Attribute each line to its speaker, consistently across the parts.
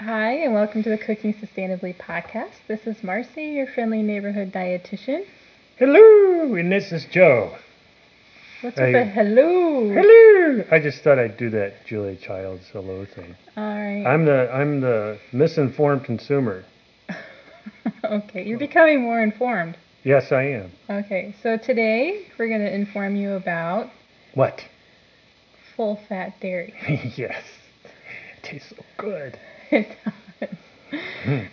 Speaker 1: Hi, and welcome to the Cooking Sustainably podcast. This is Marcy, your friendly neighborhood dietitian.
Speaker 2: Hello, and this is Joe.
Speaker 1: What's with
Speaker 2: Hey.
Speaker 1: the hello?
Speaker 2: Hello. I just thought I'd do that Julia Child's hello thing.
Speaker 1: All right.
Speaker 2: I'm the I'm the misinformed consumer.
Speaker 1: okay, you're becoming more informed.
Speaker 2: Yes, I am.
Speaker 1: Okay, so today we're going to inform you about
Speaker 2: What?
Speaker 1: full fat dairy.
Speaker 2: yes. It tastes so good.
Speaker 1: It does.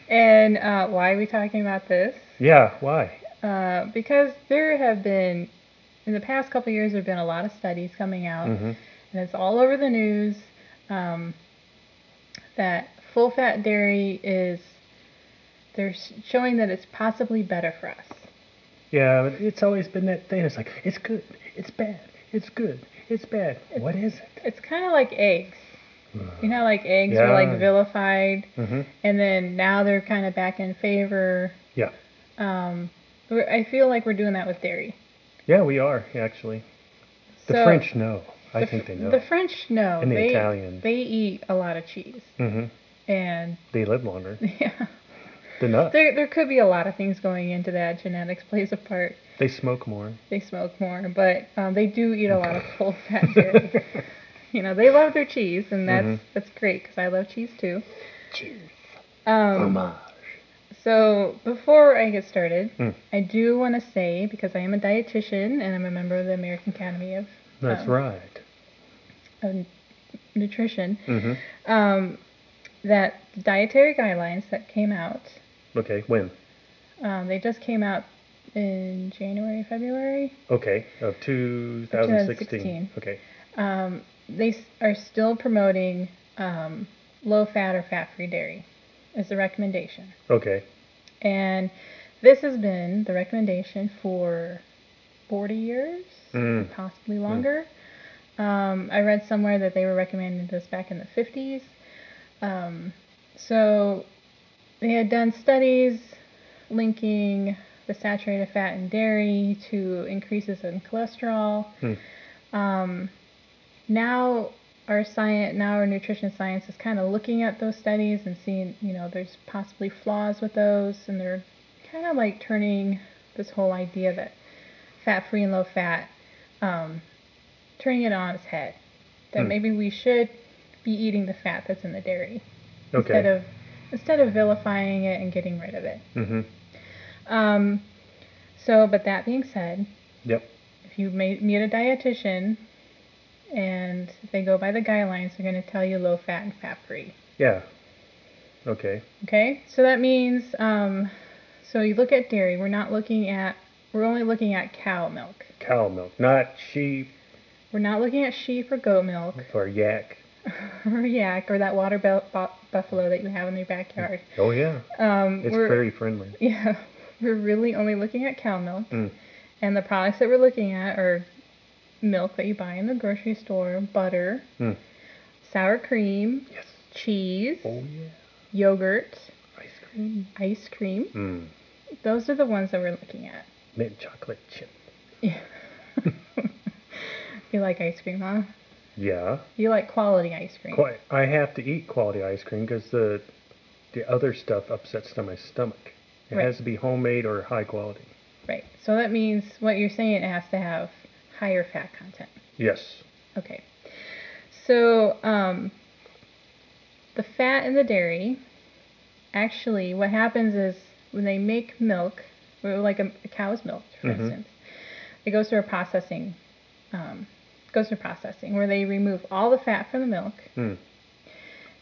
Speaker 1: and uh, why are we talking about this?
Speaker 2: Yeah. Why?
Speaker 1: Uh, because there have been, in the past couple years, there have been a lot of studies coming out
Speaker 2: hmm
Speaker 1: and it's all over the news um, that full fat dairy is they're s- showing that it's possibly better for us
Speaker 2: Yeah. But it's always been that thing. It's like it's good. It's bad. It's good. It's bad. What is it?
Speaker 1: it's kind of like eggs you know like eggs were
Speaker 2: Yeah.
Speaker 1: like vilified
Speaker 2: hmm
Speaker 1: and then now they're kind of back in favor
Speaker 2: Yeah.
Speaker 1: um, we're, i feel like we're doing that with dairy
Speaker 2: Yeah, we are actually. The
Speaker 1: So-
Speaker 2: French know. I
Speaker 1: the,
Speaker 2: think
Speaker 1: Fr-
Speaker 2: they know.
Speaker 1: the french know
Speaker 2: And the
Speaker 1: they,
Speaker 2: Italians.
Speaker 1: they eat a lot of cheese
Speaker 2: hmm
Speaker 1: and
Speaker 2: They live longer
Speaker 1: yeah
Speaker 2: than us.
Speaker 1: there, there could be a lot of things going into that genetics plays a part
Speaker 2: They smoke more.
Speaker 1: they smoke more, but um, they do eat a lot of full fat dairy. you know, they love their cheese, and that's that's great because I love cheese too.
Speaker 2: Cheese. Oh,
Speaker 1: Um, so before I get started,
Speaker 2: Mm.
Speaker 1: I do want to say because I am a dietitian and I'm a member of the American Academy of,
Speaker 2: That's
Speaker 1: Um,
Speaker 2: right.
Speaker 1: of Nutrition,
Speaker 2: hmm
Speaker 1: um, that dietary guidelines that came out,
Speaker 2: Okay, when?
Speaker 1: um, they just came out in January, February.
Speaker 2: Okay, of 2016.
Speaker 1: 2016.
Speaker 2: Okay.
Speaker 1: um, they s- are still promoting um, low fat or fat free dairy as the recommendation.
Speaker 2: Okay.
Speaker 1: And this has been the recommendation for 40 years,
Speaker 2: Mm.
Speaker 1: possibly longer. Um, I read somewhere that they were recommending this back in the 50s. Um, so they had done studies linking the saturated fat in dairy to increases in cholesterol.
Speaker 2: Hmm.
Speaker 1: Um, now our science, now our nutrition science is kind of looking at those studies and seeing, you know, there's possibly flaws with those, and they're kind of like turning this whole idea that fat-free and low-fat, um, turning it on its head. That
Speaker 2: Hmm.
Speaker 1: maybe we should be eating the fat that's in the dairy instead
Speaker 2: Okay.
Speaker 1: of instead of vilifying it and getting rid of it.
Speaker 2: hmm
Speaker 1: Um, so, but that being said,
Speaker 2: Yep.
Speaker 1: if you ma- meet a dietitian and they go by the guidelines, they're going to tell you low fat and fat free.
Speaker 2: Yeah. Okay.
Speaker 1: Okay, so that means um, so you look at dairy. We're not looking at we're only looking at cow milk.
Speaker 2: Cow milk, not sheep
Speaker 1: We're not looking at sheep or goat milk
Speaker 2: or yak.
Speaker 1: or yak or that water bu- bu- buffalo that you have in your backyard.
Speaker 2: Oh, yeah.
Speaker 1: Um,
Speaker 2: It's
Speaker 1: we're,
Speaker 2: very friendly.
Speaker 1: yeah, we're really only looking at cow milk.
Speaker 2: Mm.
Speaker 1: And the products that we're looking at are milk that you buy in the grocery store, butter,
Speaker 2: Mm.
Speaker 1: sour cream,
Speaker 2: Yes.
Speaker 1: cheese,
Speaker 2: Oh, yeah.
Speaker 1: yogurt,
Speaker 2: Ice cream.
Speaker 1: ice cream.
Speaker 2: Mm.
Speaker 1: Those are the ones that we're looking at.
Speaker 2: Mint chocolate chip.
Speaker 1: Yeah. you like ice cream, huh?
Speaker 2: Yeah.
Speaker 1: You like quality ice cream.
Speaker 2: Quite, I have to eat quality ice cream because the, the other stuff upsets to my stomach. It
Speaker 1: Right.
Speaker 2: has to be homemade or high quality.
Speaker 1: Right. So that means what you're saying it has to have higher fat content.
Speaker 2: Yes.
Speaker 1: Okay. So um, the fat in the dairy, actually, what happens is when they make milk, or like a, a cow's milk, for
Speaker 2: Mhm.
Speaker 1: instance, it goes through a processing, um, goes through processing where they remove all the fat from the milk,
Speaker 2: Mm.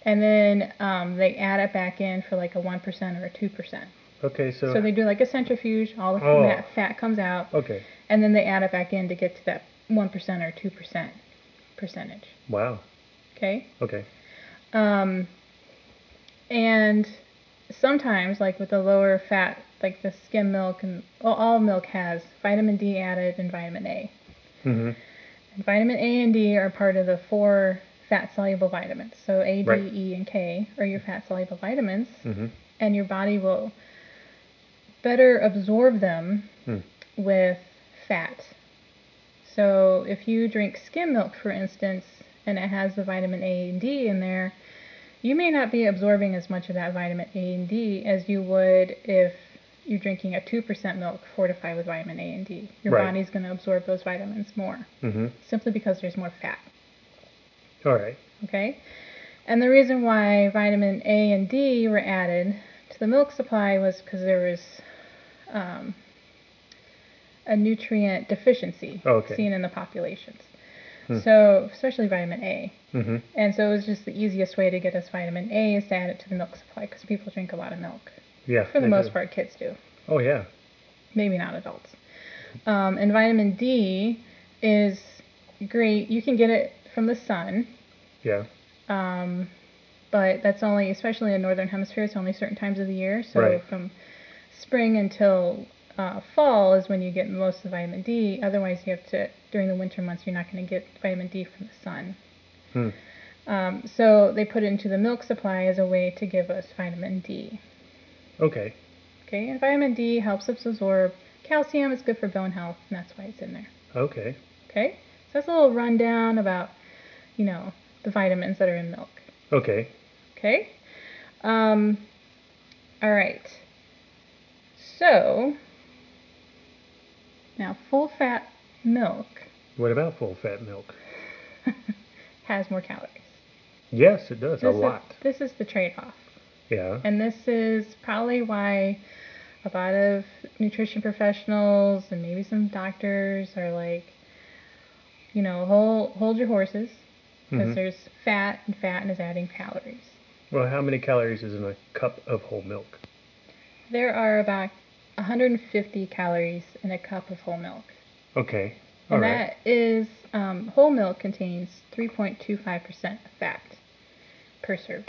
Speaker 1: and then um, they add it back in for like a one percent or a two percent.
Speaker 2: Okay, so.
Speaker 1: So they do like a centrifuge, all the
Speaker 2: Oh.
Speaker 1: fat, fat comes out,
Speaker 2: okay.
Speaker 1: and then they add it back in to get to that one percent or two percent percentage.
Speaker 2: Wow.
Speaker 1: Okay.
Speaker 2: Okay.
Speaker 1: Um, and sometimes, like with the lower fat, like the skim milk and well, all milk has vitamin D added and vitamin A.
Speaker 2: hmm
Speaker 1: And vitamin A and D are part of the four fat soluble vitamins. So A, D, E,
Speaker 2: Right.
Speaker 1: and K are your fat soluble vitamins,
Speaker 2: hmm
Speaker 1: and your body will better absorb them
Speaker 2: Hmm.
Speaker 1: with fat. So if you drink skim milk, for instance, and it has the vitamin A and D in there, you may not be absorbing as much of that vitamin A and D as you would if you're drinking a 2% milk fortified with vitamin A and D. Your
Speaker 2: Right.
Speaker 1: body's going to absorb those vitamins more
Speaker 2: Mm-hmm.
Speaker 1: simply because there's more fat.
Speaker 2: All right.
Speaker 1: Okay? And the reason why vitamin A and D were added to the milk supply was because there was um, a nutrient deficiency
Speaker 2: Oh, Okay.
Speaker 1: seen in the populations.
Speaker 2: Hmm.
Speaker 1: So, especially vitamin A.
Speaker 2: Mm-hmm.
Speaker 1: And so it was just the easiest way to get us vitamin A is to add it to the milk supply because people drink a lot of milk.
Speaker 2: Yeah.
Speaker 1: For the
Speaker 2: they
Speaker 1: most
Speaker 2: do.
Speaker 1: part, kids do
Speaker 2: Oh yeah.
Speaker 1: maybe not adults. Um, and vitamin D is great. You can get it from the sun,
Speaker 2: Yeah.
Speaker 1: um, but that's only, especially in northern hemisphere, it's only certain times of the year. So
Speaker 2: Right.
Speaker 1: from spring until uh, fall is when you get most of the vitamin D. Otherwise, you have to during the winter months, you're not going to get vitamin D from the sun.
Speaker 2: Hmm.
Speaker 1: Um, so they put it into the milk supply as a way to give us vitamin D.
Speaker 2: Okay.
Speaker 1: Okay, and vitamin D helps us absorb calcium. It's good for bone health, and that's why it's in there.
Speaker 2: Okay.
Speaker 1: Okay, so that's a little rundown about, you know, the vitamins that are in milk.
Speaker 2: Okay.
Speaker 1: Okay, um, all right. So now, full fat milk
Speaker 2: What about full fat milk?
Speaker 1: has more calories.
Speaker 2: Yes, it does.
Speaker 1: This is-
Speaker 2: a lot.
Speaker 1: this is the trade-off.
Speaker 2: Yeah.
Speaker 1: And this is probably why a lot of nutrition professionals and maybe some doctors are like, you know, hold hold your horses because
Speaker 2: Mhm.
Speaker 1: there's fat and fat is adding calories.
Speaker 2: Well, how many calories is in a cup of whole milk?
Speaker 1: There are about 150 calories in a cup of whole milk,
Speaker 2: Okay. All
Speaker 1: and
Speaker 2: right.
Speaker 1: that is um, whole milk contains 3.25% of fat per serve.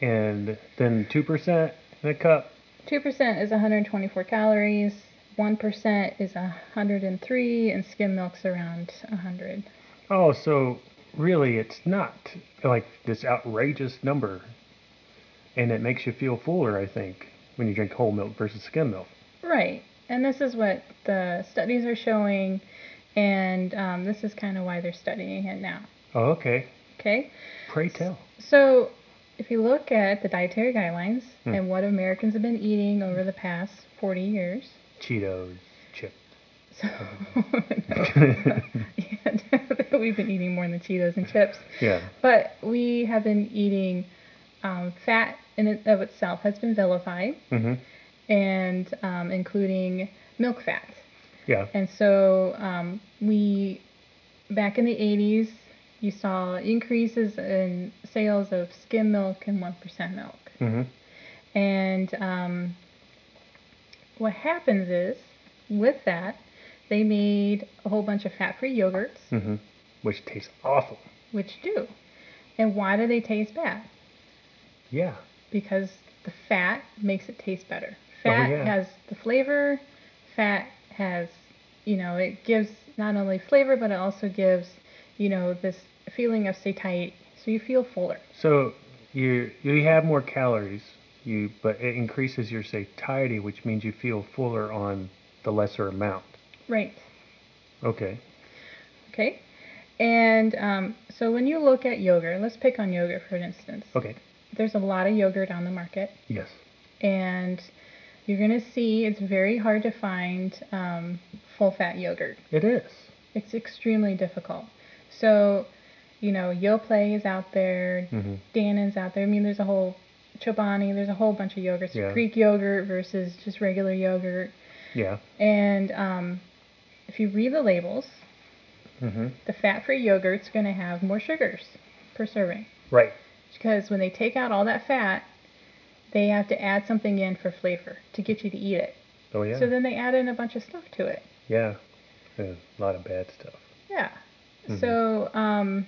Speaker 2: And then two percent in a cup.
Speaker 1: 2% is 124 calories, 1% is 103, and skim milk's around 100.
Speaker 2: Oh, so really, it's not like this outrageous number, and it makes you feel fuller. I think when you drink whole milk versus skim milk.
Speaker 1: Right, and this is what the studies are showing, and um, this is kind of why they're studying it now.
Speaker 2: Oh, okay.
Speaker 1: Okay,
Speaker 2: Pray tell.
Speaker 1: so if you look at the dietary guidelines
Speaker 2: Hmm.
Speaker 1: and what Americans have been eating over the past 40 years,
Speaker 2: Cheetos, chips.
Speaker 1: so Yeah, we've been eating more than Cheetos and chips.
Speaker 2: Yeah.
Speaker 1: But we have been eating um, fat in and of itself has been vilified,
Speaker 2: Mm-hmm.
Speaker 1: and um, including milk fat.
Speaker 2: Yeah.
Speaker 1: And so um, we, back in the 80s, you saw increases in sales of skim milk and 1% milk.
Speaker 2: Mm-hmm.
Speaker 1: And um, what happens is, with that, they made a whole bunch of fat free yogurts,
Speaker 2: Mm-hmm. Which tastes awful.
Speaker 1: which do. And why do they taste bad?
Speaker 2: Yeah.
Speaker 1: because the fat makes it taste better.
Speaker 2: Oh,
Speaker 1: Fat
Speaker 2: yeah.
Speaker 1: has the flavor. Fat has, you know, it gives not only flavor but it also gives, you know, this feeling of satiety. So you feel fuller.
Speaker 2: So you you have more calories, you but it increases your satiety, which means you feel fuller on the lesser amount.
Speaker 1: Right.
Speaker 2: Okay.
Speaker 1: Okay. And um, so when you look at yogurt, let's pick on yogurt for instance.
Speaker 2: Okay.
Speaker 1: There's a lot of yogurt on the market,
Speaker 2: Yes.
Speaker 1: and you're gonna see it's very hard to find um, full-fat yogurt.
Speaker 2: It is.
Speaker 1: It's extremely difficult. So, you know, Yoplait is out there,
Speaker 2: Mm-hmm.
Speaker 1: Danon's out there. I mean, there's a whole Chobani, there's a whole bunch of yogurts.
Speaker 2: Yeah.
Speaker 1: Greek yogurt versus just regular yogurt.
Speaker 2: Yeah.
Speaker 1: And um, if you read the labels,
Speaker 2: Mm-hmm.
Speaker 1: the fat-free yogurt's going to have more sugars per serving
Speaker 2: Right.
Speaker 1: because when they take out all that fat, they have to add something in for flavor to get you to eat it.
Speaker 2: Oh yeah.
Speaker 1: So then they add in a bunch of stuff to it.
Speaker 2: yeah. There's a lot of bad stuff.
Speaker 1: Yeah.
Speaker 2: Mhm.
Speaker 1: So, um,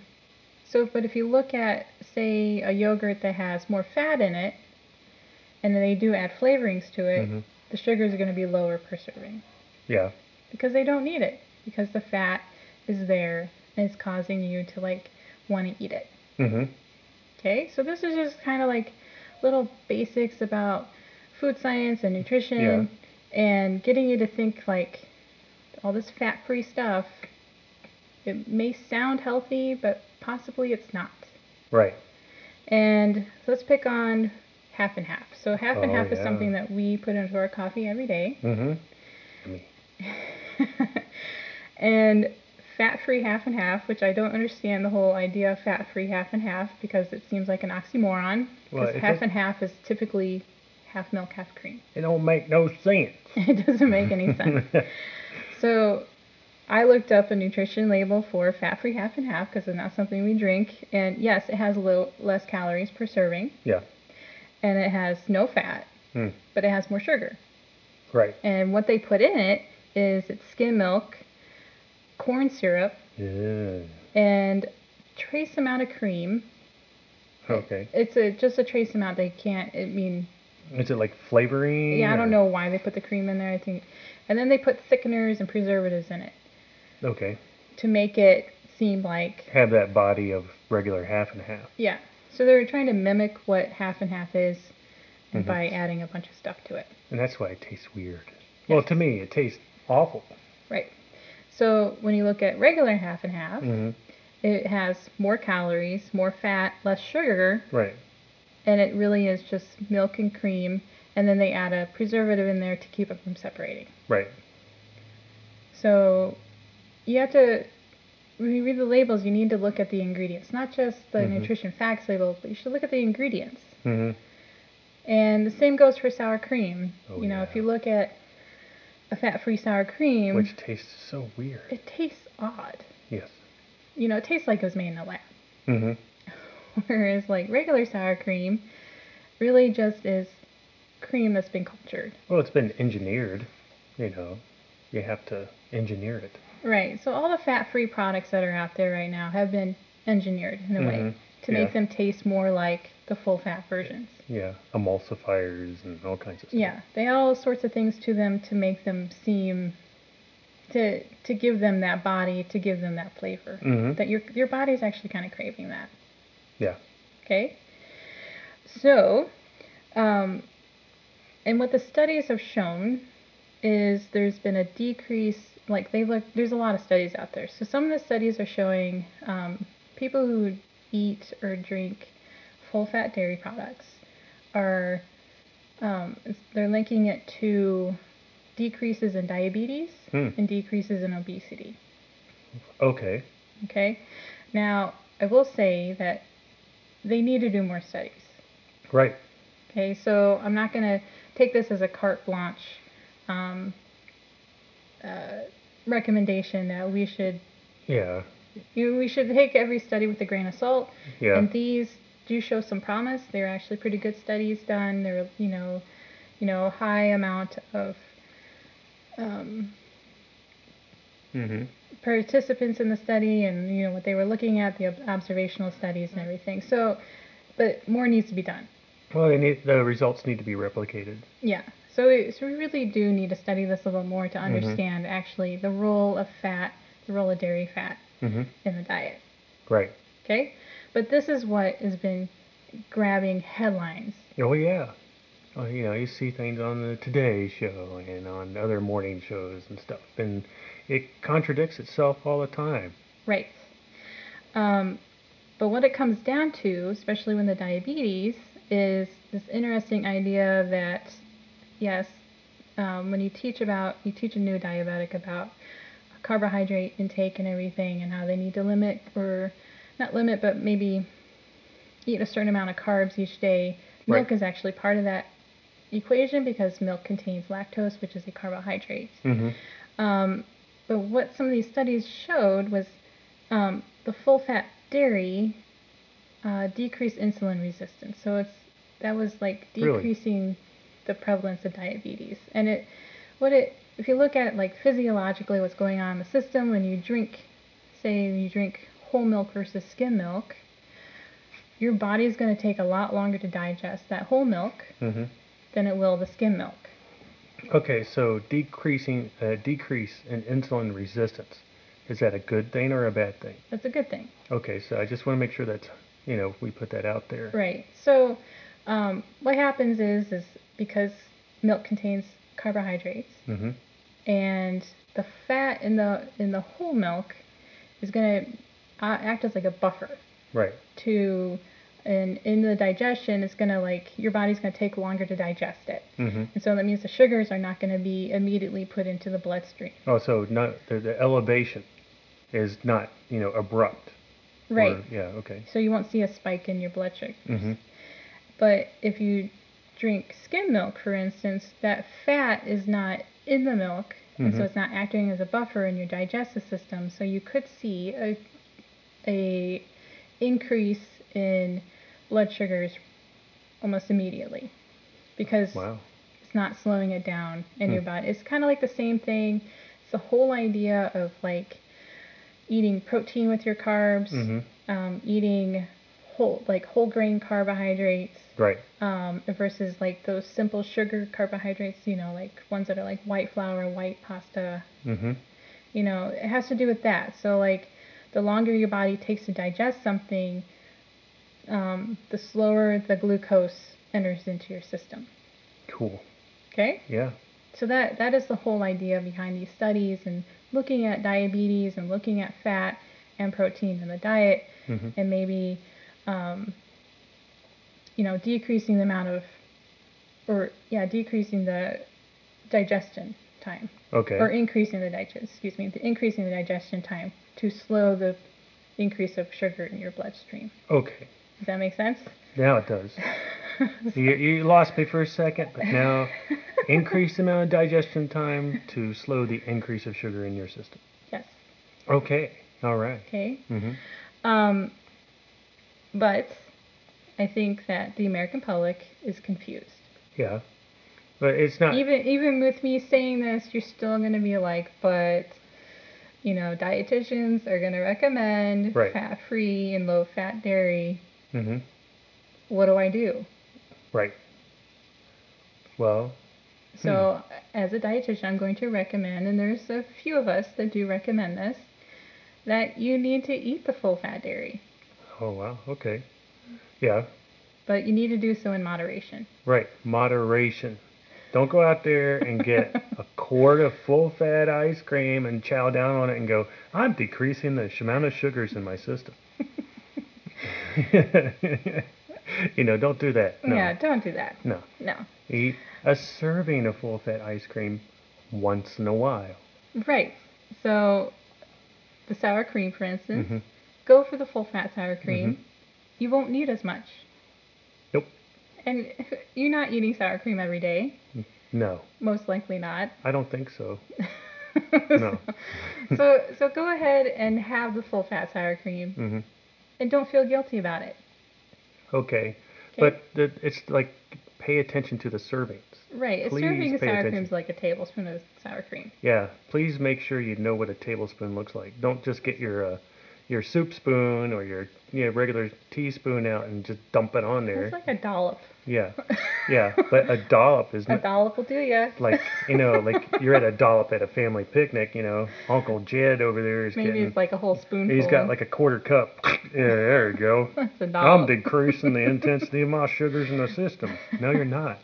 Speaker 1: so but if you look at say a yogurt that has more fat in it, and then they do add flavorings to it,
Speaker 2: Mhm.
Speaker 1: the sugars are going to be lower per serving
Speaker 2: Yeah.
Speaker 1: because they don't need it because the fat is there and it's causing you to like want to eat it.
Speaker 2: Mm-hmm.
Speaker 1: Okay. So this is just kind of like little basics about food science and nutrition and getting you to think like all this fat-free stuff it may sound healthy, but possibly it's not.
Speaker 2: Right.
Speaker 1: And so let's pick on half and half. So half and
Speaker 2: Oh,
Speaker 1: half is
Speaker 2: yeah.
Speaker 1: something that we put into our coffee every day.
Speaker 2: Mm-hmm. I mean,
Speaker 1: and fat free half and half, which I don't understand the whole idea of fat free half and half because it seems like an oxymoron.
Speaker 2: Well,
Speaker 1: Because
Speaker 2: it
Speaker 1: half
Speaker 2: does-
Speaker 1: and half is typically half milk, half cream.
Speaker 2: it don't make no sense.
Speaker 1: It doesn't make any sense. so I looked up a nutrition label for fat free half and half because it's not something we drink. And yes, it has low, less calories per serving
Speaker 2: yeah.
Speaker 1: and it has no fat,
Speaker 2: Hmm.
Speaker 1: but it has more sugar.
Speaker 2: Right.
Speaker 1: And what they put in it is it's skim milk, corn syrup,
Speaker 2: Yeah.
Speaker 1: and trace amount of cream.
Speaker 2: Okay.
Speaker 1: It's a just a trace amount. They can't. I mean,
Speaker 2: Is it like flavoring?
Speaker 1: yeah, I don't know
Speaker 2: or-
Speaker 1: why they put the cream in there. I think, and then they put thickeners and preservatives in it
Speaker 2: Okay.
Speaker 1: to make it seem like
Speaker 2: Have that body of regular half and half.
Speaker 1: yeah. So they were trying to mimic what half and half is
Speaker 2: Mhm.
Speaker 1: by adding a bunch of stuff to it.
Speaker 2: And that's why it tastes weird. Well, to me, it tastes awful.
Speaker 1: Right. So when you look at regular half and half,
Speaker 2: hmm
Speaker 1: it has more calories, more fat, less sugar,
Speaker 2: Right.
Speaker 1: and it really is just milk and cream. And then they add a preservative in there to keep it from separating.
Speaker 2: Right.
Speaker 1: So you have to, when you read the labels, you need to look at the ingredients, not just the
Speaker 2: Mhm.
Speaker 1: nutrition facts labels, but you should look at the ingredients.
Speaker 2: hmm
Speaker 1: And the same goes for sour cream.
Speaker 2: Oh,
Speaker 1: you know,
Speaker 2: yeah.
Speaker 1: if you look at a fat free sour cream,
Speaker 2: Which tastes so weird.
Speaker 1: it tastes odd.
Speaker 2: Yes.
Speaker 1: You know, it tastes like it was made in a lab.
Speaker 2: hmm
Speaker 1: Whereas, like regular sour cream, really just is cream that's been cultured.
Speaker 2: Well, it's been engineered. You know, you have to engineer it.
Speaker 1: Right. So all the fat-free products that are out there right now have been engineered in a way
Speaker 2: Mhm,
Speaker 1: to make
Speaker 2: yeah.
Speaker 1: them taste more like the full-fat versions.
Speaker 2: Mm-hmm. Yeah. Emulsifiers and all kinds of stuff.
Speaker 1: Yeah, they add all sorts of things to them to make them seem to to give them that body, to give them that flavor.
Speaker 2: Mhm.
Speaker 1: That your your body's actually kind of craving that.
Speaker 2: Yeah.
Speaker 1: Okay. So, um, and what the studies have shown is there's been a decrease. Like they look, there's a lot of studies out there. So some of the studies are showing um, people who eat or drink full-fat dairy products are um, it's- they're linking it to decreases in diabetes
Speaker 2: Hmm.
Speaker 1: and decreases in obesity.
Speaker 2: Okay.
Speaker 1: Okay. Now I will say that they need to do more studies.
Speaker 2: Right.
Speaker 1: Okay, so I'm not going to take this as a carte blanche um, uh, recommendation that we should
Speaker 2: Yeah.
Speaker 1: you, we should take every study with a grain of salt.
Speaker 2: Yeah.
Speaker 1: And these do show some promise. They're actually pretty good studies done. They're you know, you know, high amount of um,
Speaker 2: hmm
Speaker 1: participants in the study and you know what they were looking at, the ob- observational studies and everything. So, but more needs to be done.
Speaker 2: Well, they need, the results need to be replicated.
Speaker 1: Yeah. So, it, so we really do need to study this a little more to understand actually the role of fat, the role of dairy fat
Speaker 2: hmm
Speaker 1: in the diet.
Speaker 2: Right.
Speaker 1: Okay. But this is what has been grabbing headlines.
Speaker 2: Oh yeah. Well, you know, you see things on the Today Show and on other morning shows and stuff, and it contradicts itself all the time.
Speaker 1: Right. Um, but what it comes down to, especially when the diabetes, is this interesting idea that, yes, um, when you teach about, you teach a new diabetic about carbohydrate intake and everything and how they need to limit or not limit, but maybe eat a certain amount of carbs each day. Milk
Speaker 2: Right.
Speaker 1: is actually part of that equation because milk contains lactose, which is a carbohydrate.
Speaker 2: Mm-hmm.
Speaker 1: Um, but what some of these studies showed was um, the full fat dairy uh, decreased insulin resistance. So it's that was like
Speaker 2: Really?
Speaker 1: decreasing the prevalence of diabetes. And it what it if you look at like physiologically what's going on in the system when you drink say you drink whole milk versus skim milk, your body's going to take a lot longer to digest that whole milk
Speaker 2: Mm-hmm.
Speaker 1: than it will the skim milk.
Speaker 2: Okay, so decreasing uh, decrease in insulin resistance is that a good thing or a bad thing?
Speaker 1: That's a good thing.
Speaker 2: Okay, so I just want to make sure that's you know we put that out there.
Speaker 1: Right. So, um, what happens is, is because milk contains carbohydrates,
Speaker 2: Mm-hmm.
Speaker 1: and the fat in the in the whole milk is going to act as like a buffer
Speaker 2: Right.
Speaker 1: to and in the digestion it's going to like your body's going to take longer to digest it
Speaker 2: hmm
Speaker 1: and so that means the sugars are not going to be immediately put into the bloodstream
Speaker 2: Oh, so not the, the elevation is not you know abrupt. or-
Speaker 1: right
Speaker 2: yeah. Okay.
Speaker 1: so you won't see a spike in your blood sugar
Speaker 2: hmm
Speaker 1: but if you drink skim milk for instance that fat is not in the milk and so
Speaker 2: Mhm.
Speaker 1: it's not acting as a buffer in your digestive system so you could see a, a increase in blood sugars almost immediately because
Speaker 2: Wow.
Speaker 1: it's not slowing it down in your
Speaker 2: Hmm.
Speaker 1: body. It's kind of like the same thing. It's the whole idea of like eating protein with your carbs,
Speaker 2: hmm
Speaker 1: um, eating whole like whole grain carbohydrates
Speaker 2: Right.
Speaker 1: um, versus like those simple sugar carbohydrates. You know, like ones that are like white flour, white pasta.
Speaker 2: hmm
Speaker 1: You know, it has to do with that. So like the longer your body takes to digest something, um, the slower the glucose enters into your system.
Speaker 2: Cool.
Speaker 1: Okay.
Speaker 2: Yeah.
Speaker 1: So that that is the whole idea behind these studies and looking at diabetes and looking at fat and protein in the diet
Speaker 2: hmm
Speaker 1: and maybe um, you know decreasing the amount of or yeah decreasing the digestion time
Speaker 2: Okay.
Speaker 1: or increasing the digest excuse me the increasing the digestion time to slow the increase of sugar in your bloodstream.
Speaker 2: okay.
Speaker 1: Does that make sense?
Speaker 2: Now it does. you, you lost me for a second, but now increase the amount of digestion time to slow the increase of sugar in your system.
Speaker 1: Yes.
Speaker 2: Okay. All right.
Speaker 1: Okay.
Speaker 2: Mm-hmm.
Speaker 1: Um, but I think that the American public is confused.
Speaker 2: Yeah. But it's not.
Speaker 1: Even even with me saying this, you're still gonna be like, but you know, dietitians are gonna recommend
Speaker 2: Right.
Speaker 1: fat-free and low-fat dairy.
Speaker 2: hmm
Speaker 1: What do I do?
Speaker 2: Right. Well,
Speaker 1: So,
Speaker 2: Hmm.
Speaker 1: as a dietitian, I'm going to recommend, and there's a few of us that do recommend this, that you need to eat the full-fat dairy,
Speaker 2: oh wow. Okay. Yeah.
Speaker 1: but you need to do so in moderation.
Speaker 2: Right. Moderation. Don't go out there and get a quart of full fat ice cream and chow down on it and go, I'm decreasing the sh- amount of sugars in my system. you know, don't do that. No.
Speaker 1: Yeah, don't do that.
Speaker 2: No.
Speaker 1: No.
Speaker 2: Eat a serving of full fat ice cream once in a while.
Speaker 1: Right. So the sour cream, for instance,
Speaker 2: Mhm.
Speaker 1: go for the full fat sour cream. You won't need as much.
Speaker 2: Mm-hmm. Nope.
Speaker 1: And you're not eating sour cream every day.
Speaker 2: No.
Speaker 1: Most likely not.
Speaker 2: I don't think so.
Speaker 1: so, so so go ahead and have the full fat sour cream
Speaker 2: hmm
Speaker 1: and don't feel guilty about it.
Speaker 2: Okay.
Speaker 1: 'Kay?
Speaker 2: But the, it's like pay attention to the servings.
Speaker 1: right, a
Speaker 2: please
Speaker 1: serving of
Speaker 2: pay
Speaker 1: sour
Speaker 2: attention.
Speaker 1: cream is like a tablespoon of sour cream.
Speaker 2: Yeah, please make sure you know what a tablespoon looks like. Don't just get your uh, your soup spoon or your you know, regular teaspoon out and just dump it on there.
Speaker 1: It's like a dollop.
Speaker 2: yeah, yeah. But a dollop is
Speaker 1: A
Speaker 2: not
Speaker 1: dollop will do ya.
Speaker 2: like you know like you're at a dollop at a family picnic. You know, Uncle Jed over there is
Speaker 1: Maybe
Speaker 2: getting.
Speaker 1: it's like a whole spoonful.
Speaker 2: He's got like a quarter cup. yeah, there you go.
Speaker 1: It's a
Speaker 2: I'm
Speaker 1: dollop.
Speaker 2: decreasing the intensity of my sugars in the system. No, you're not.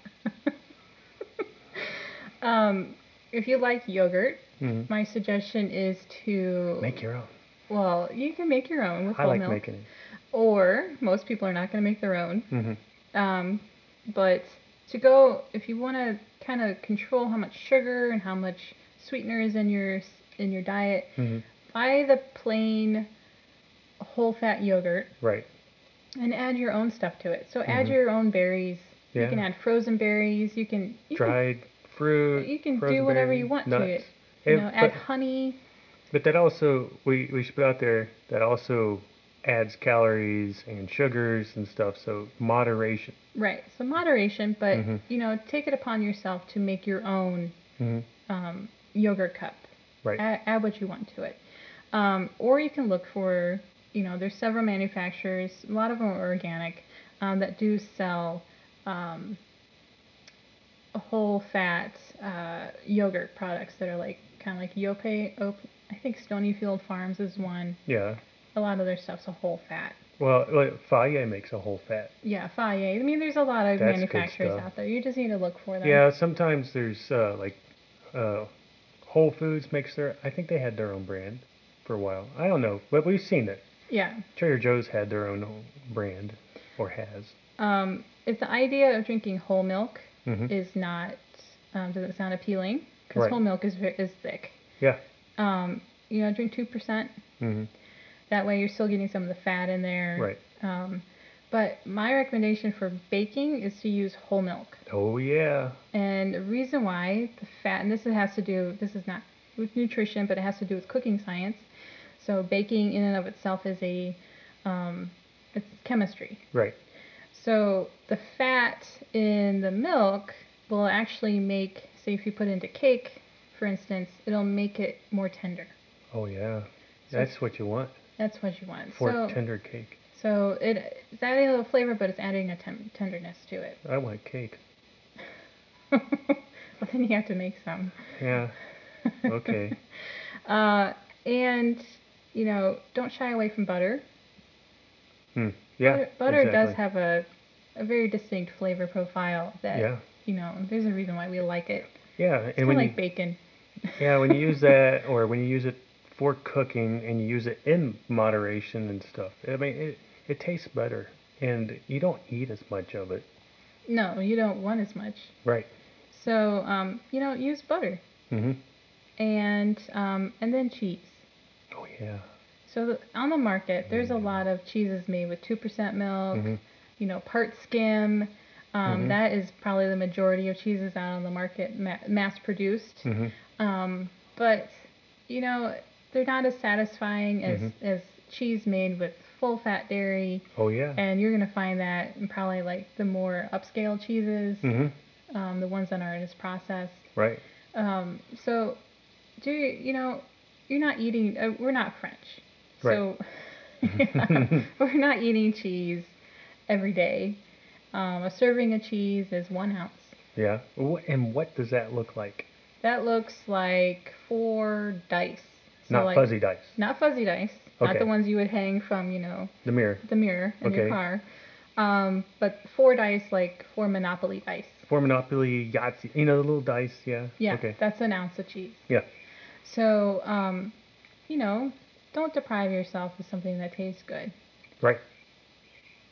Speaker 1: Um, if you like yogurt,
Speaker 2: Mhm.
Speaker 1: my suggestion is to
Speaker 2: Make your own.
Speaker 1: well, you can make your own with
Speaker 2: I
Speaker 1: whole
Speaker 2: like
Speaker 1: milk,
Speaker 2: making it.
Speaker 1: or most people are not going to make their own.
Speaker 2: hmm
Speaker 1: Um, but to go, if you want to kind of control how much sugar and how much sweetener is in your s- in your diet,
Speaker 2: hmm
Speaker 1: buy the plain whole fat yogurt
Speaker 2: Right.
Speaker 1: and add your own stuff to it. So add
Speaker 2: Mhm.
Speaker 1: your own berries. You
Speaker 2: Yeah.
Speaker 1: can add frozen berries. You can you can
Speaker 2: dried fruit.
Speaker 1: you can do
Speaker 2: frozen
Speaker 1: whatever
Speaker 2: berry,
Speaker 1: you want to
Speaker 2: nuts.
Speaker 1: it.
Speaker 2: It-
Speaker 1: you know, add
Speaker 2: but,
Speaker 1: honey.
Speaker 2: but that also we, we should put out there that also adds calories and sugars and stuff. So moderation.
Speaker 1: Right. So moderation, but
Speaker 2: Mhm.
Speaker 1: you know, take it upon yourself to make your own
Speaker 2: hmm
Speaker 1: um, yogurt cup.
Speaker 2: Right.
Speaker 1: Add, add what you want to it, um, or you can look for you know, there's several manufacturers. A lot of them are organic um, that do sell um, whole fat uh, yogurt products that are like kind of like Yope. Op- I think Stonyfield Farms is one.
Speaker 2: yeah.
Speaker 1: A lot of their stuff's a whole fat.
Speaker 2: Well, like, Faye makes a whole fat.
Speaker 1: Yeah, Faye. I mean, there's a lot of
Speaker 2: That's good
Speaker 1: manufacturers
Speaker 2: stuff.
Speaker 1: out there. You just need to look for them.
Speaker 2: Yeah. Sometimes there's uh, like uh, Whole Foods makes their. I think they had their own brand for a while. I don't know, but we've seen it.
Speaker 1: Yeah.
Speaker 2: Trader Joe's had their own brand. or has.
Speaker 1: Um, if the idea of drinking whole milk
Speaker 2: Mhm.
Speaker 1: is not um, doesn't sound appealing because
Speaker 2: Right.
Speaker 1: whole milk is ve- is thick.
Speaker 2: Yeah.
Speaker 1: Um, you know, drink two percent.
Speaker 2: hmm
Speaker 1: That way, you're still getting some of the fat in there.
Speaker 2: Right.
Speaker 1: Um, but my recommendation for baking is to use whole milk.
Speaker 2: Oh yeah.
Speaker 1: And the reason why the fat, and this has to do, this is not with nutrition, but it has to do with cooking science. So baking in and of itself is a, um, it's chemistry.
Speaker 2: Right.
Speaker 1: So the fat in the milk will actually make, say if you put it into cake, for instance, it'll make it more tender.
Speaker 2: Oh yeah.
Speaker 1: So-
Speaker 2: That's what you want
Speaker 1: That's what you want.
Speaker 2: for
Speaker 1: so,
Speaker 2: tender cake.
Speaker 1: so it, it's adding a little flavor, but it's adding a tem- tenderness to it.
Speaker 2: I want cake.
Speaker 1: well, then you have to make some.
Speaker 2: Yeah. Okay.
Speaker 1: Uh, and you know, don't shy away from butter.
Speaker 2: Hmm. Yeah.
Speaker 1: butter, butter does
Speaker 2: exactly.
Speaker 1: have a, a very distinct flavor profile that
Speaker 2: Yeah.
Speaker 1: you know. There's a reason why we like it.
Speaker 2: Yeah.
Speaker 1: It's
Speaker 2: And
Speaker 1: kind of
Speaker 2: when
Speaker 1: like
Speaker 2: you
Speaker 1: bacon.
Speaker 2: yeah when you use that or when you use it for cooking and you use it in moderation and stuff, I mean it it tastes better and you don't eat as much of it.
Speaker 1: No, you don't want as much.
Speaker 2: Right.
Speaker 1: So um, you know, use butter
Speaker 2: hmm
Speaker 1: and um, and then cheese.
Speaker 2: Oh yeah.
Speaker 1: So the, on the market, there's a lot of cheeses made with two percent milk.
Speaker 2: Mhm.
Speaker 1: You know, part skim. Um,
Speaker 2: Mhm.
Speaker 1: that is probably the majority of cheeses out on the market, ma- mass produced.
Speaker 2: hmm
Speaker 1: Um, but you know, they're not as satisfying as
Speaker 2: Mhm.
Speaker 1: as cheese made with full fat dairy.
Speaker 2: Oh yeah.
Speaker 1: And you're gonna find that in probably like the more upscale cheeses,
Speaker 2: hmm
Speaker 1: um, the ones that aren't as processed.
Speaker 2: Right.
Speaker 1: Um, so, do you, you know, you're not eating. Uh, we're not French, so we're not eating cheese every day. Um, a serving of cheese is one ounce.
Speaker 2: Yeah. Wh- And what does that look like?
Speaker 1: That looks like four dice. So
Speaker 2: Not
Speaker 1: like,
Speaker 2: fuzzy dice.
Speaker 1: Not fuzzy dice. Not
Speaker 2: Okay.
Speaker 1: the ones you would hang from, you know,
Speaker 2: The mirror.
Speaker 1: the mirror in your
Speaker 2: Okay.
Speaker 1: car. Um, but four dice, like four Monopoly dice.
Speaker 2: For Monopoly, Yahtzee, you know, the little dice, yeah.
Speaker 1: Yeah,
Speaker 2: Okay.
Speaker 1: that's an ounce of cheese.
Speaker 2: Yeah.
Speaker 1: So, um, you know, don't deprive yourself of something that tastes good.
Speaker 2: Right.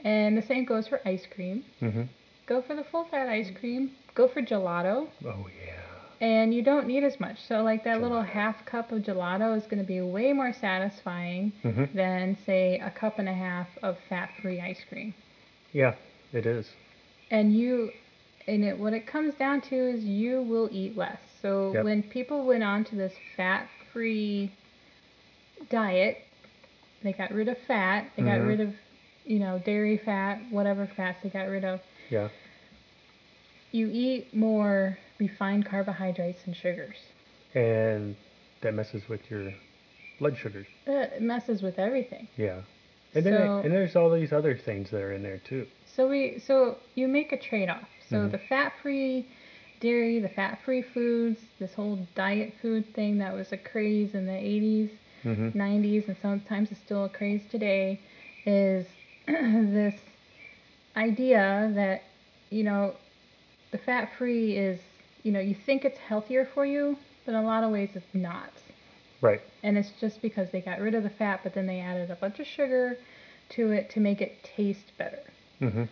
Speaker 1: And the same goes for ice cream.
Speaker 2: hmm
Speaker 1: Go for the full fat ice cream. Go for gelato.
Speaker 2: Oh, yeah.
Speaker 1: And you don't need as much. So, like that little
Speaker 2: Gelato.
Speaker 1: half cup of gelato is going to be way more satisfying
Speaker 2: hmm
Speaker 1: than, say, a cup and a half of fat free ice cream.
Speaker 2: Yeah, it is.
Speaker 1: and you and it what it comes down to is you will eat less so
Speaker 2: Yep.
Speaker 1: when people went on to this fat free diet they got rid of fat they got
Speaker 2: Mhm.
Speaker 1: rid of you know dairy fat whatever fats they got rid of
Speaker 2: Yeah.
Speaker 1: you eat more refined carbohydrates and sugars
Speaker 2: And that messes with your blood sugars.
Speaker 1: Uh, it messes with everything
Speaker 2: Yeah. And then
Speaker 1: So-
Speaker 2: and there's all these other things that are in there, too.
Speaker 1: So we so you make a trade-off. So
Speaker 2: Mhm.
Speaker 1: the fat-free dairy, the fat-free foods, this whole diet food thing that was a craze in the 80s,
Speaker 2: hmm
Speaker 1: 90s and sometimes it's still a craze today is this idea that you know the fat-free is you know you think it's healthier for you, but in a lot of ways it's not.
Speaker 2: Right.
Speaker 1: And it's just because they got rid of the fat but then they added a bunch of sugar to it to make it taste better.
Speaker 2: hmm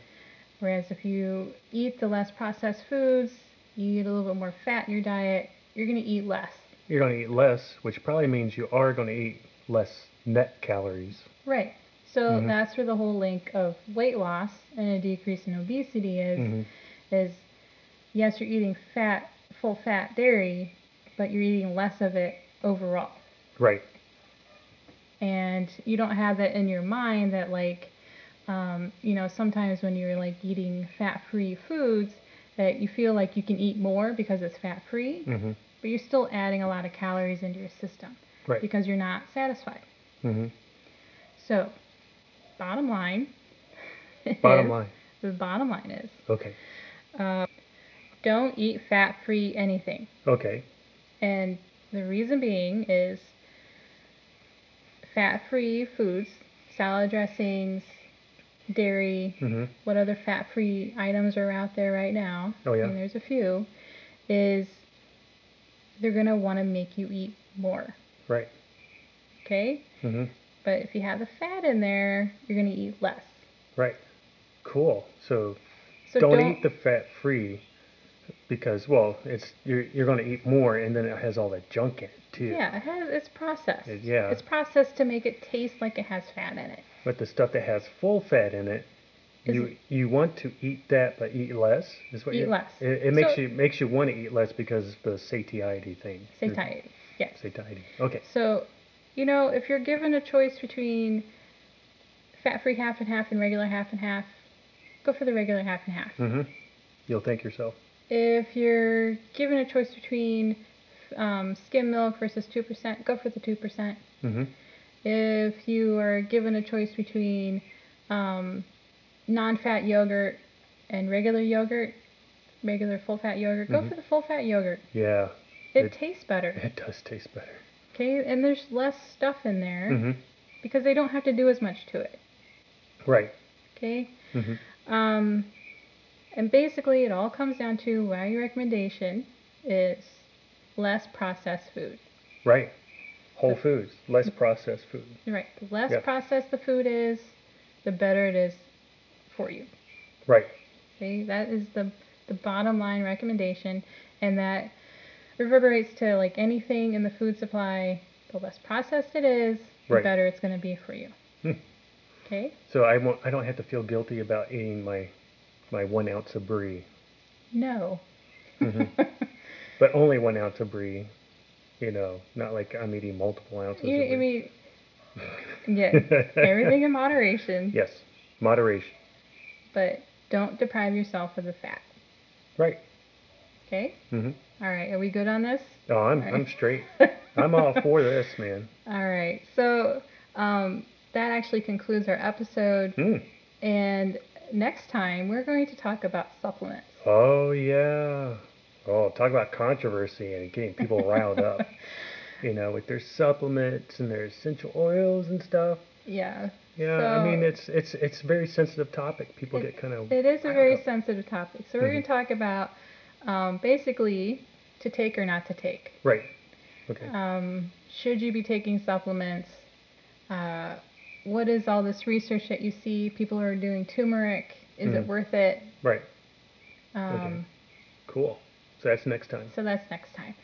Speaker 1: Whereas if you eat the less processed foods, you eat a little bit more fat in your diet, you're going to eat less.
Speaker 2: You're going to eat less, which probably means you are going to eat less net calories.
Speaker 1: Right. So
Speaker 2: Mhm.
Speaker 1: that's where the whole link of weight loss and a decrease in obesity is
Speaker 2: hmm
Speaker 1: is yes, you're eating fat, full fat dairy, but you're eating less of it overall.
Speaker 2: Right.
Speaker 1: and you don't have that in your mind that like um, you know sometimes when you're like eating fat free foods that you feel like you can eat more because it's fat free
Speaker 2: hmm
Speaker 1: but you're still adding a lot of calories into your system
Speaker 2: Right.
Speaker 1: because you're not satisfied
Speaker 2: hmm
Speaker 1: so bottom line
Speaker 2: Bottom
Speaker 1: is-
Speaker 2: line.
Speaker 1: the bottom line is
Speaker 2: Okay.
Speaker 1: uh, don't eat fat free anything
Speaker 2: Okay.
Speaker 1: and the reason being is fat free foods salad dressings dairy
Speaker 2: hmm
Speaker 1: what other fat free items are out there right now,
Speaker 2: Oh, yeah.
Speaker 1: and there's a few, is they're going to want to make you eat more.
Speaker 2: Right.
Speaker 1: Okay?
Speaker 2: hmm
Speaker 1: But if you have the fat in there, you're going to eat less.
Speaker 2: Right. Cool. So,
Speaker 1: So
Speaker 2: don't, eat the fat free because well, it's you're you're going to eat more and then it has all that junk in it too.
Speaker 1: Yeah, it has, it's processed.
Speaker 2: It- yeah.
Speaker 1: It's processed to make it taste like it has fat in it.
Speaker 2: But the stuff that has full fat in it, you
Speaker 1: Isn't-
Speaker 2: you want to eat that but eat less. Is what
Speaker 1: Eat
Speaker 2: you,
Speaker 1: less.
Speaker 2: It, it makes
Speaker 1: So-
Speaker 2: you makes you want to eat less because of the satiety thing. Or-
Speaker 1: Satiety. Yes.
Speaker 2: Satiety. Okay.
Speaker 1: So, you know, if you're given a choice between fat free half and half and regular half and half, go for the regular half and half.
Speaker 2: hmm You'll thank yourself.
Speaker 1: If you're given a choice between um, skim milk versus 2%, go for the 2%.
Speaker 2: hmm
Speaker 1: If you are given a choice between um, non fat yogurt and regular yogurt, regular full fat yogurt, go
Speaker 2: Mhm.
Speaker 1: for the full fat yogurt.
Speaker 2: Yeah,
Speaker 1: It,
Speaker 2: It-
Speaker 1: tastes better.
Speaker 2: it does taste better.
Speaker 1: Okay, and there's less stuff in there
Speaker 2: hmm
Speaker 1: because they don't have to do as much to it.
Speaker 2: Right.
Speaker 1: Okay?
Speaker 2: hmm
Speaker 1: Um, and basically, it all comes down to why your recommendation is less processed food.
Speaker 2: Right. Whole foods, less processed food.
Speaker 1: Right. The less
Speaker 2: Yeah.
Speaker 1: processed the food is, the better it is for you.
Speaker 2: Right.
Speaker 1: Okay, that is the the bottom line recommendation, and that reverberates to like anything in the food supply. The less processed it is, the
Speaker 2: Right.
Speaker 1: better it's going to be for you.
Speaker 2: Hmm.
Speaker 1: Okay.
Speaker 2: So I won't. I don't have to feel guilty about eating my my one ounce of brie,
Speaker 1: No.
Speaker 2: hmm but only one ounce of brie. You know, not like I'm eating multiple ounces.
Speaker 1: You,
Speaker 2: of brie.
Speaker 1: I mean, yeah, everything in moderation.
Speaker 2: yes, moderation.
Speaker 1: But don't deprive yourself of the fat.
Speaker 2: Right.
Speaker 1: Okay.
Speaker 2: hmm
Speaker 1: All right. Are we good on this?
Speaker 2: Oh, I'm
Speaker 1: Right.
Speaker 2: I'm straight. I'm all for this, man.
Speaker 1: All right. So um, that actually concludes our episode.
Speaker 2: Mm.
Speaker 1: And next time, we're going to talk about supplements.
Speaker 2: Oh yeah. Oh, talk about controversy and getting people riled up. You know, with their supplements and their essential oils and stuff.
Speaker 1: Yeah.
Speaker 2: Yeah, I mean
Speaker 1: So-
Speaker 2: it's it's it's a very sensitive topic. People
Speaker 1: It-
Speaker 2: get kind of
Speaker 1: It is a
Speaker 2: Wow.
Speaker 1: very sensitive topic. So we're going
Speaker 2: Mhm.
Speaker 1: to talk about um, basically to take or not to take.
Speaker 2: right. Okay.
Speaker 1: Um, should you be taking supplements? Uh, what is all this research that you see? People are doing turmeric. Is
Speaker 2: Mhm.
Speaker 1: it worth it?
Speaker 2: Right.
Speaker 1: Um,
Speaker 2: Cool. So that's next time.
Speaker 1: So that's next time.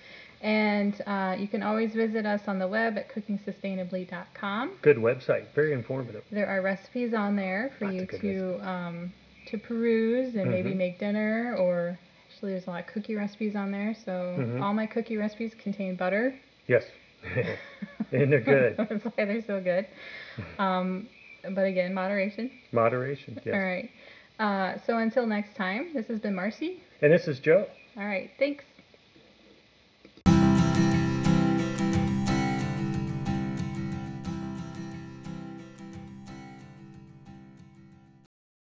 Speaker 1: And uh, you can always visit us on the web at cookingsustainably.com.
Speaker 2: Good website. Very informative.
Speaker 1: There are recipes on there for
Speaker 2: Lots
Speaker 1: you
Speaker 2: of good
Speaker 1: to um, to peruse and maybe
Speaker 2: Mhm.
Speaker 1: make dinner or actually there's a lot of cookie recipes on there. So
Speaker 2: Mhm.
Speaker 1: all my cookie recipes contain butter.
Speaker 2: Yes. and they're good.
Speaker 1: that's why they're so good. Um, but again, moderation.
Speaker 2: Moderation. Yes.
Speaker 1: All right. Uh, so until next time, this has been Marcy.
Speaker 2: And this is Joe.
Speaker 1: All right. Thanks.